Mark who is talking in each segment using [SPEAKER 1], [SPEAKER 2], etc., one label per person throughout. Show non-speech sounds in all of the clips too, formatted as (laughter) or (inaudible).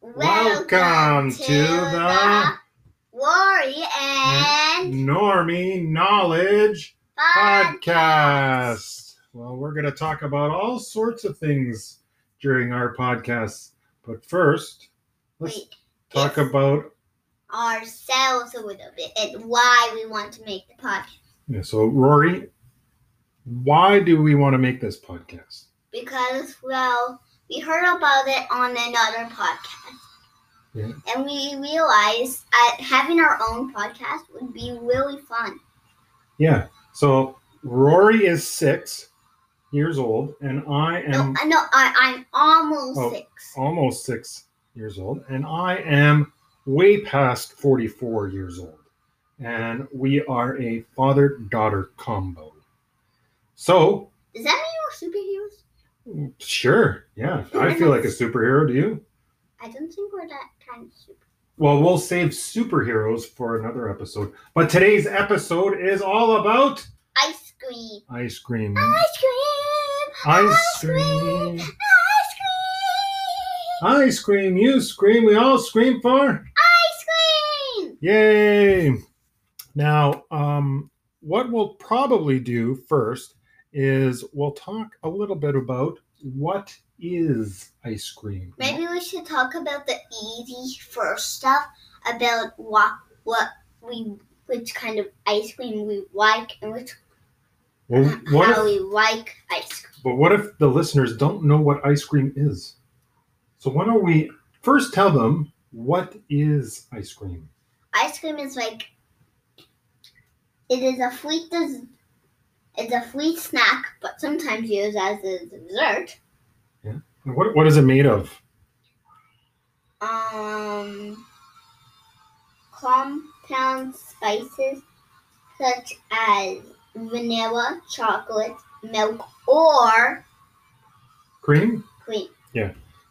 [SPEAKER 1] Welcome, to, the,
[SPEAKER 2] Worry
[SPEAKER 1] Mm.
[SPEAKER 2] and
[SPEAKER 1] Normie Knowledge
[SPEAKER 2] Podcast.
[SPEAKER 1] Podcast. Well, we're going to talk about all sorts of things during our podcasts. But first, let's
[SPEAKER 2] We
[SPEAKER 1] talk
[SPEAKER 2] yes.
[SPEAKER 1] about.
[SPEAKER 2] ourselves a little bit and why we want to make the podcast
[SPEAKER 1] Yeah, so, Rory, why do we want to make this podcast?
[SPEAKER 2] because well we heard about it on another podcast
[SPEAKER 1] Yeah.
[SPEAKER 2] and we realized that having our own podcast would be really fun.
[SPEAKER 1] Yeah. So, Rory is six years old, and I am.
[SPEAKER 2] no, I- no, I, I'm almost
[SPEAKER 1] Mm-hmm. Oh.
[SPEAKER 2] six.
[SPEAKER 1] almost six years old, and I am way past 44 years old. And we are a father daughter combo. So,
[SPEAKER 2] Does that mean we're superheroes?
[SPEAKER 1] sure. Yeah. I feel like a superhero. Do you?
[SPEAKER 2] I don't think we're that kind of super.
[SPEAKER 1] Well, we'll save superheroes for another episode. But today's episode is all about
[SPEAKER 2] Ice cream.
[SPEAKER 1] ice cream.
[SPEAKER 2] Ice cream.
[SPEAKER 1] Mm-hmm. Ice cream.
[SPEAKER 2] Ice cream.
[SPEAKER 1] Ice cream. You scream. We all scream for.
[SPEAKER 2] Ice cream.
[SPEAKER 1] Yay! Now, um, what we'll probably do first is we'll talk a little bit about what is ice cream.
[SPEAKER 2] Maybe we should talk about the easy first stuff about what what we which kind of ice cream we like and which
[SPEAKER 1] Well, what
[SPEAKER 2] how
[SPEAKER 1] if,
[SPEAKER 2] we like ice cream.
[SPEAKER 1] but what if the listeners don't know what ice cream is? So why don't we first tell them what is ice cream?
[SPEAKER 2] Ice cream is like it is a sweet des- it's a sweet snack, but sometimes used as a dessert.
[SPEAKER 1] And What what is it made of?
[SPEAKER 2] um, compound spices such as vanilla, chocolate, milk, or
[SPEAKER 1] Cream.
[SPEAKER 2] cream.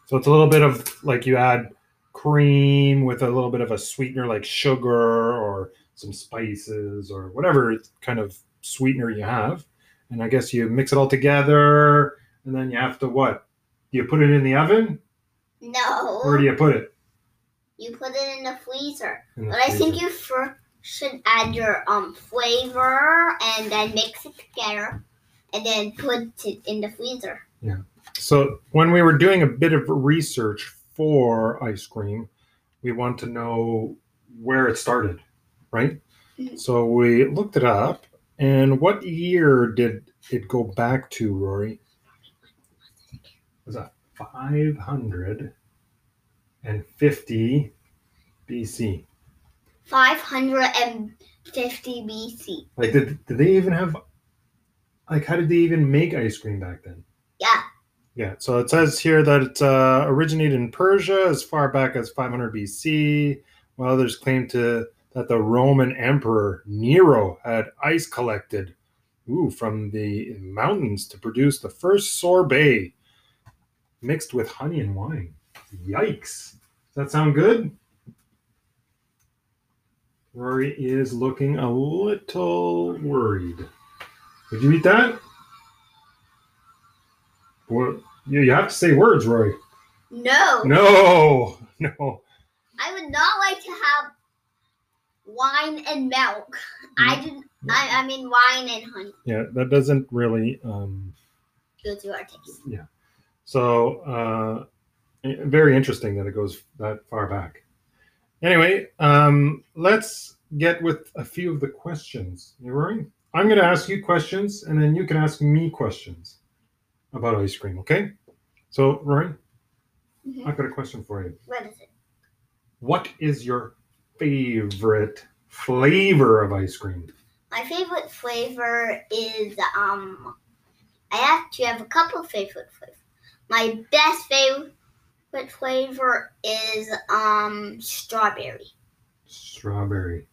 [SPEAKER 1] So it's a little bit of like you add cream with a little bit of a sweetener like sugar or some spices or whatever kind of sweetener you have. And I guess you mix it all together and then you have to what? Do you put it in the oven?
[SPEAKER 2] No,
[SPEAKER 1] Where do you put it?
[SPEAKER 2] you put it in the freezer.
[SPEAKER 1] In the
[SPEAKER 2] But I think
[SPEAKER 1] freezer.
[SPEAKER 2] you first should add your um flavor and then mix it together and then put it in the freezer.
[SPEAKER 1] So when we were doing a bit of research for ice cream, we want to know where it started, right?
[SPEAKER 2] Mhm.
[SPEAKER 1] So we looked it up, and what year did it go back to, Rory? Was that 550 BC?
[SPEAKER 2] Five hundred and fifty BC.
[SPEAKER 1] Like, did, did they even have, like, how did they even make ice cream back then?
[SPEAKER 2] Yeah,
[SPEAKER 1] Yeah, so it says here that it uh, originated in Persia as far back as 500 BC, while others claim to that the Roman emperor Nero had ice collected ooh, from the mountains to produce the first sorbet mixed with honey and wine. Yikes. Does that sound good? Rory is looking a little worried. Would you eat that? What? You, you have to say words, Roy.
[SPEAKER 2] no.
[SPEAKER 1] No, (laughs) no.
[SPEAKER 2] I would not like to have wine and milk. I
[SPEAKER 1] Mm-hmm.
[SPEAKER 2] didn't. I, I mean wine and honey.
[SPEAKER 1] Yeah, that doesn't really. Um,
[SPEAKER 2] Go to our taste.
[SPEAKER 1] so uh, eh, very interesting that it goes that far back. Anyway, um, let's get with a few of the questions. You Rory? I'm going to ask you questions, and then you can ask me questions about ice cream. Okay? So, Rory,
[SPEAKER 2] Mhm.
[SPEAKER 1] I've got a question for you.
[SPEAKER 2] What is it?
[SPEAKER 1] What is your favorite flavor of ice cream?
[SPEAKER 2] My favorite flavor is um. I actually have a couple of favorite flavors. My best favorite flavor is um strawberry
[SPEAKER 1] Strawberry.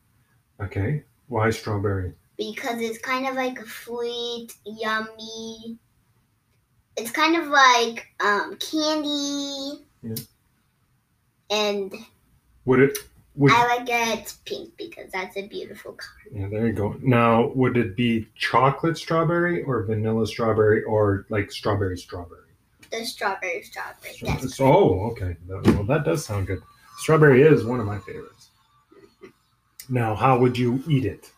[SPEAKER 1] Okay. Why strawberry?
[SPEAKER 2] because it's kind of like a sweet, yummy. It's kind of like um candy.
[SPEAKER 1] Yeah.
[SPEAKER 2] And
[SPEAKER 1] Would it? Would
[SPEAKER 2] I like that it's pink because that's a beautiful color.
[SPEAKER 1] yeah, there you go. Now, would it be chocolate strawberry or vanilla strawberry or like strawberry strawberry?
[SPEAKER 2] the strawberry strawberry.
[SPEAKER 1] Strawberry-
[SPEAKER 2] Yes.
[SPEAKER 1] Oh, okay. That, well, that does sound good. Strawberry is one of my favorites. Now, how would you eat it?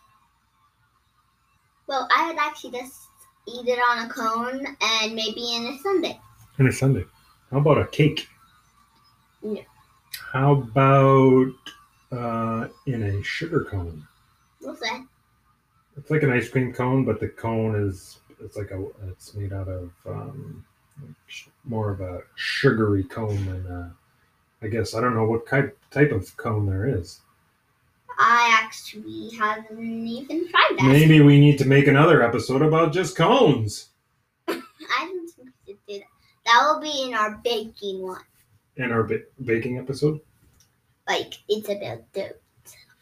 [SPEAKER 2] Well, I would actually just eat it on a cone and maybe in a sundae.
[SPEAKER 1] In a sundae. How about a cake?
[SPEAKER 2] No.
[SPEAKER 1] How about uh, in a sugar cone?
[SPEAKER 2] What's that?
[SPEAKER 1] It's like an ice cream cone, but the cone is it's like a it's made out of um, sh- more of a sugary cone than uh, I guess I don't know what type type of cone there is.
[SPEAKER 2] I actually haven't even tried that.
[SPEAKER 1] Maybe we need to make another episode about just cones.
[SPEAKER 2] I don't think we should do that. That will be in our baking one.
[SPEAKER 1] in our ba- baking episode.
[SPEAKER 2] Like it's about dough.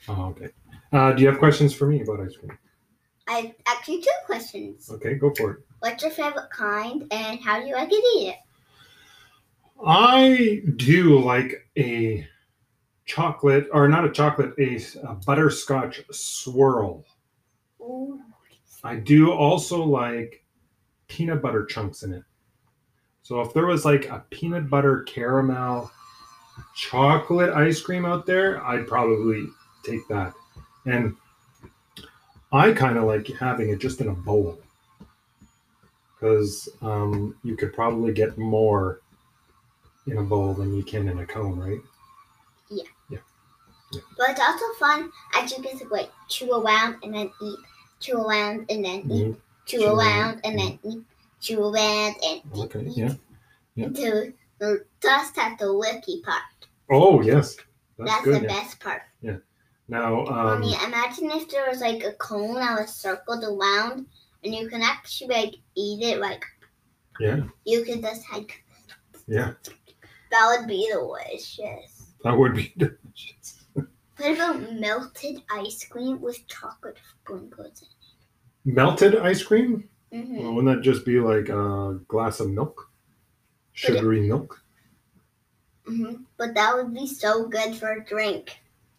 [SPEAKER 1] Oh, okay. Uh, do you have questions for me about ice cream?
[SPEAKER 2] I have actually two questions.
[SPEAKER 1] Okay, go for it.
[SPEAKER 2] What's your favorite kind, and how do you like to eat it?
[SPEAKER 1] I do like a chocolate, or not a chocolate, a, a butterscotch swirl.
[SPEAKER 2] Ooh,
[SPEAKER 1] I do also like peanut butter chunks in it. So if there was like a peanut butter caramel chocolate ice cream out there, I'd probably take that. And I kind of like having it just in a bowl because um, you could probably get more in a bowl than you can in a cone, right?
[SPEAKER 2] but it's also fun as you get to like chew around and then eat, chew around and then eat, chew,
[SPEAKER 1] Mm-hmm. Chew
[SPEAKER 2] around
[SPEAKER 1] around,
[SPEAKER 2] and then eat, chew around and eat.
[SPEAKER 1] Okay,
[SPEAKER 2] eat,
[SPEAKER 1] yeah, yeah.
[SPEAKER 2] Until you just at the licky part.
[SPEAKER 1] Oh yes, that's,
[SPEAKER 2] That's,
[SPEAKER 1] good.
[SPEAKER 2] the
[SPEAKER 1] yeah.
[SPEAKER 2] best part.
[SPEAKER 1] Now,
[SPEAKER 2] I
[SPEAKER 1] um,
[SPEAKER 2] mean, imagine if there was like a cone that was circled around, and you can actually like eat it. Like
[SPEAKER 1] yeah,
[SPEAKER 2] you can just like
[SPEAKER 1] yeah,
[SPEAKER 2] that would be delicious.
[SPEAKER 1] that would be (laughs) delicious.
[SPEAKER 2] What about melted ice cream with chocolate sprinkles?
[SPEAKER 1] melted ice cream?
[SPEAKER 2] in it? Mhm.
[SPEAKER 1] Well, wouldn't that just be like a glass of milk? Sugary milk?
[SPEAKER 2] Mhm. But that would be so good for a drink.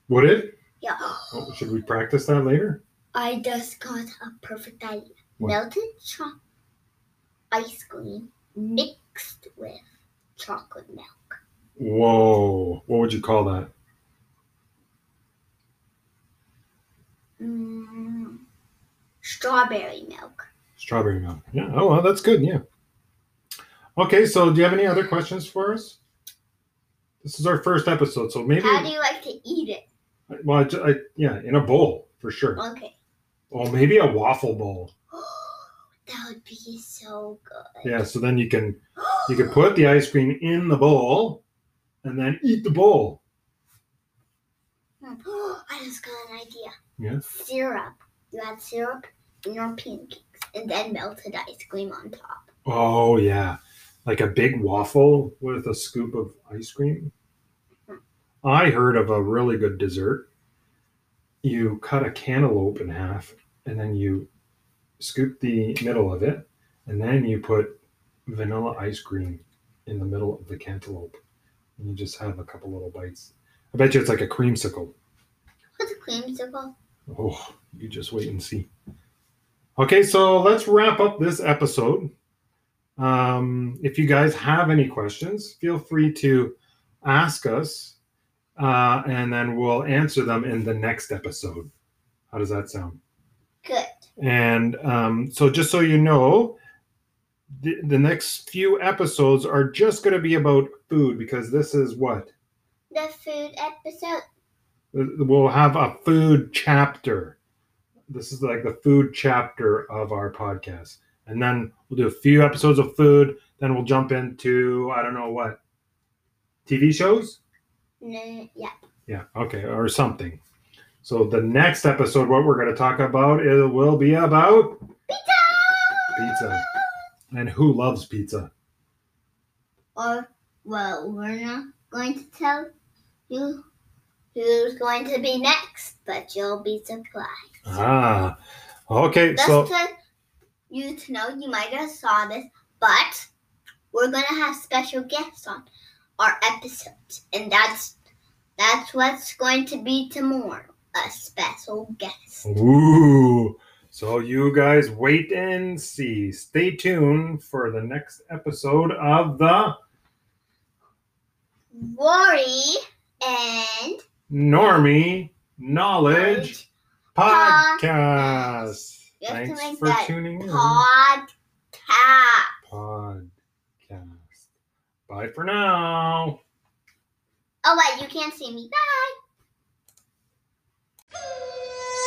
[SPEAKER 1] Would it?
[SPEAKER 2] Yeah.
[SPEAKER 1] Oh, should we practice that later?
[SPEAKER 2] I just got a perfect idea.
[SPEAKER 1] What?
[SPEAKER 2] Melted cho- ice cream mixed with chocolate milk.
[SPEAKER 1] Whoa. What would you call that?
[SPEAKER 2] Mm, strawberry milk.
[SPEAKER 1] Strawberry milk. Yeah. Oh, well, that's good. Yeah. Okay. So, do you have any other questions for us? This is our first episode. So, maybe,
[SPEAKER 2] How do you like to eat it?
[SPEAKER 1] well, I, ju- I, yeah, in a bowl for sure.
[SPEAKER 2] Okay. (gasps)
[SPEAKER 1] Oh, maybe a waffle bowl.
[SPEAKER 2] that would be so good. (gasps) Hmm.
[SPEAKER 1] Yeah. So then you can You could put the ice cream in the bowl and then eat the bowl.
[SPEAKER 2] I just got an idea.
[SPEAKER 1] Yeah.
[SPEAKER 2] Syrup. You add syrup in your pancakes and then melted ice cream on top.
[SPEAKER 1] Oh yeah. Like a big waffle with a scoop of ice cream. I heard of a really good dessert. You cut a cantaloupe in half and then you scoop the middle of it and then you put vanilla ice cream in the middle of the cantaloupe. And you just have a couple little bites. I bet you it's like a creamsicle.
[SPEAKER 2] What's a creamsicle?
[SPEAKER 1] Oh, you just wait and see. Okay, so let's wrap up this episode. Um, if you guys have any questions, feel free to ask us, uh, and then we'll answer them in the next episode. How does that sound?
[SPEAKER 2] Good.
[SPEAKER 1] And um, so, just so you know, the, the next few episodes are just going to be about food because this is what?
[SPEAKER 2] The food episode.
[SPEAKER 1] we'll have a food chapter. This is like the food chapter of our podcast. And then we'll do a few episodes of food. Then we'll jump into, I don't know what, TV shows?
[SPEAKER 2] No, yeah.
[SPEAKER 1] Yeah, okay, or something. So the next episode, what we're going to talk about, it will be about pizza. And who loves pizza?
[SPEAKER 2] Or, well, we're not going to tell you who's going to be next, but you'll be surprised.
[SPEAKER 1] Ah, okay,
[SPEAKER 2] Just
[SPEAKER 1] so
[SPEAKER 2] to you to know, you might have saw this, but we're gonna have special guests on our episodes, and that's that's what's going to be tomorrow. A special guest.
[SPEAKER 1] Ooh. So you guys wait and see. Stay tuned for the next episode of the
[SPEAKER 2] Rory and
[SPEAKER 1] Normie Knowledge Podcast.
[SPEAKER 2] You have to
[SPEAKER 1] Thanks
[SPEAKER 2] make
[SPEAKER 1] for
[SPEAKER 2] that
[SPEAKER 1] tuning in.
[SPEAKER 2] podcast.
[SPEAKER 1] Podcast. Bye for now.
[SPEAKER 2] Oh wait, you can't see me. Bye.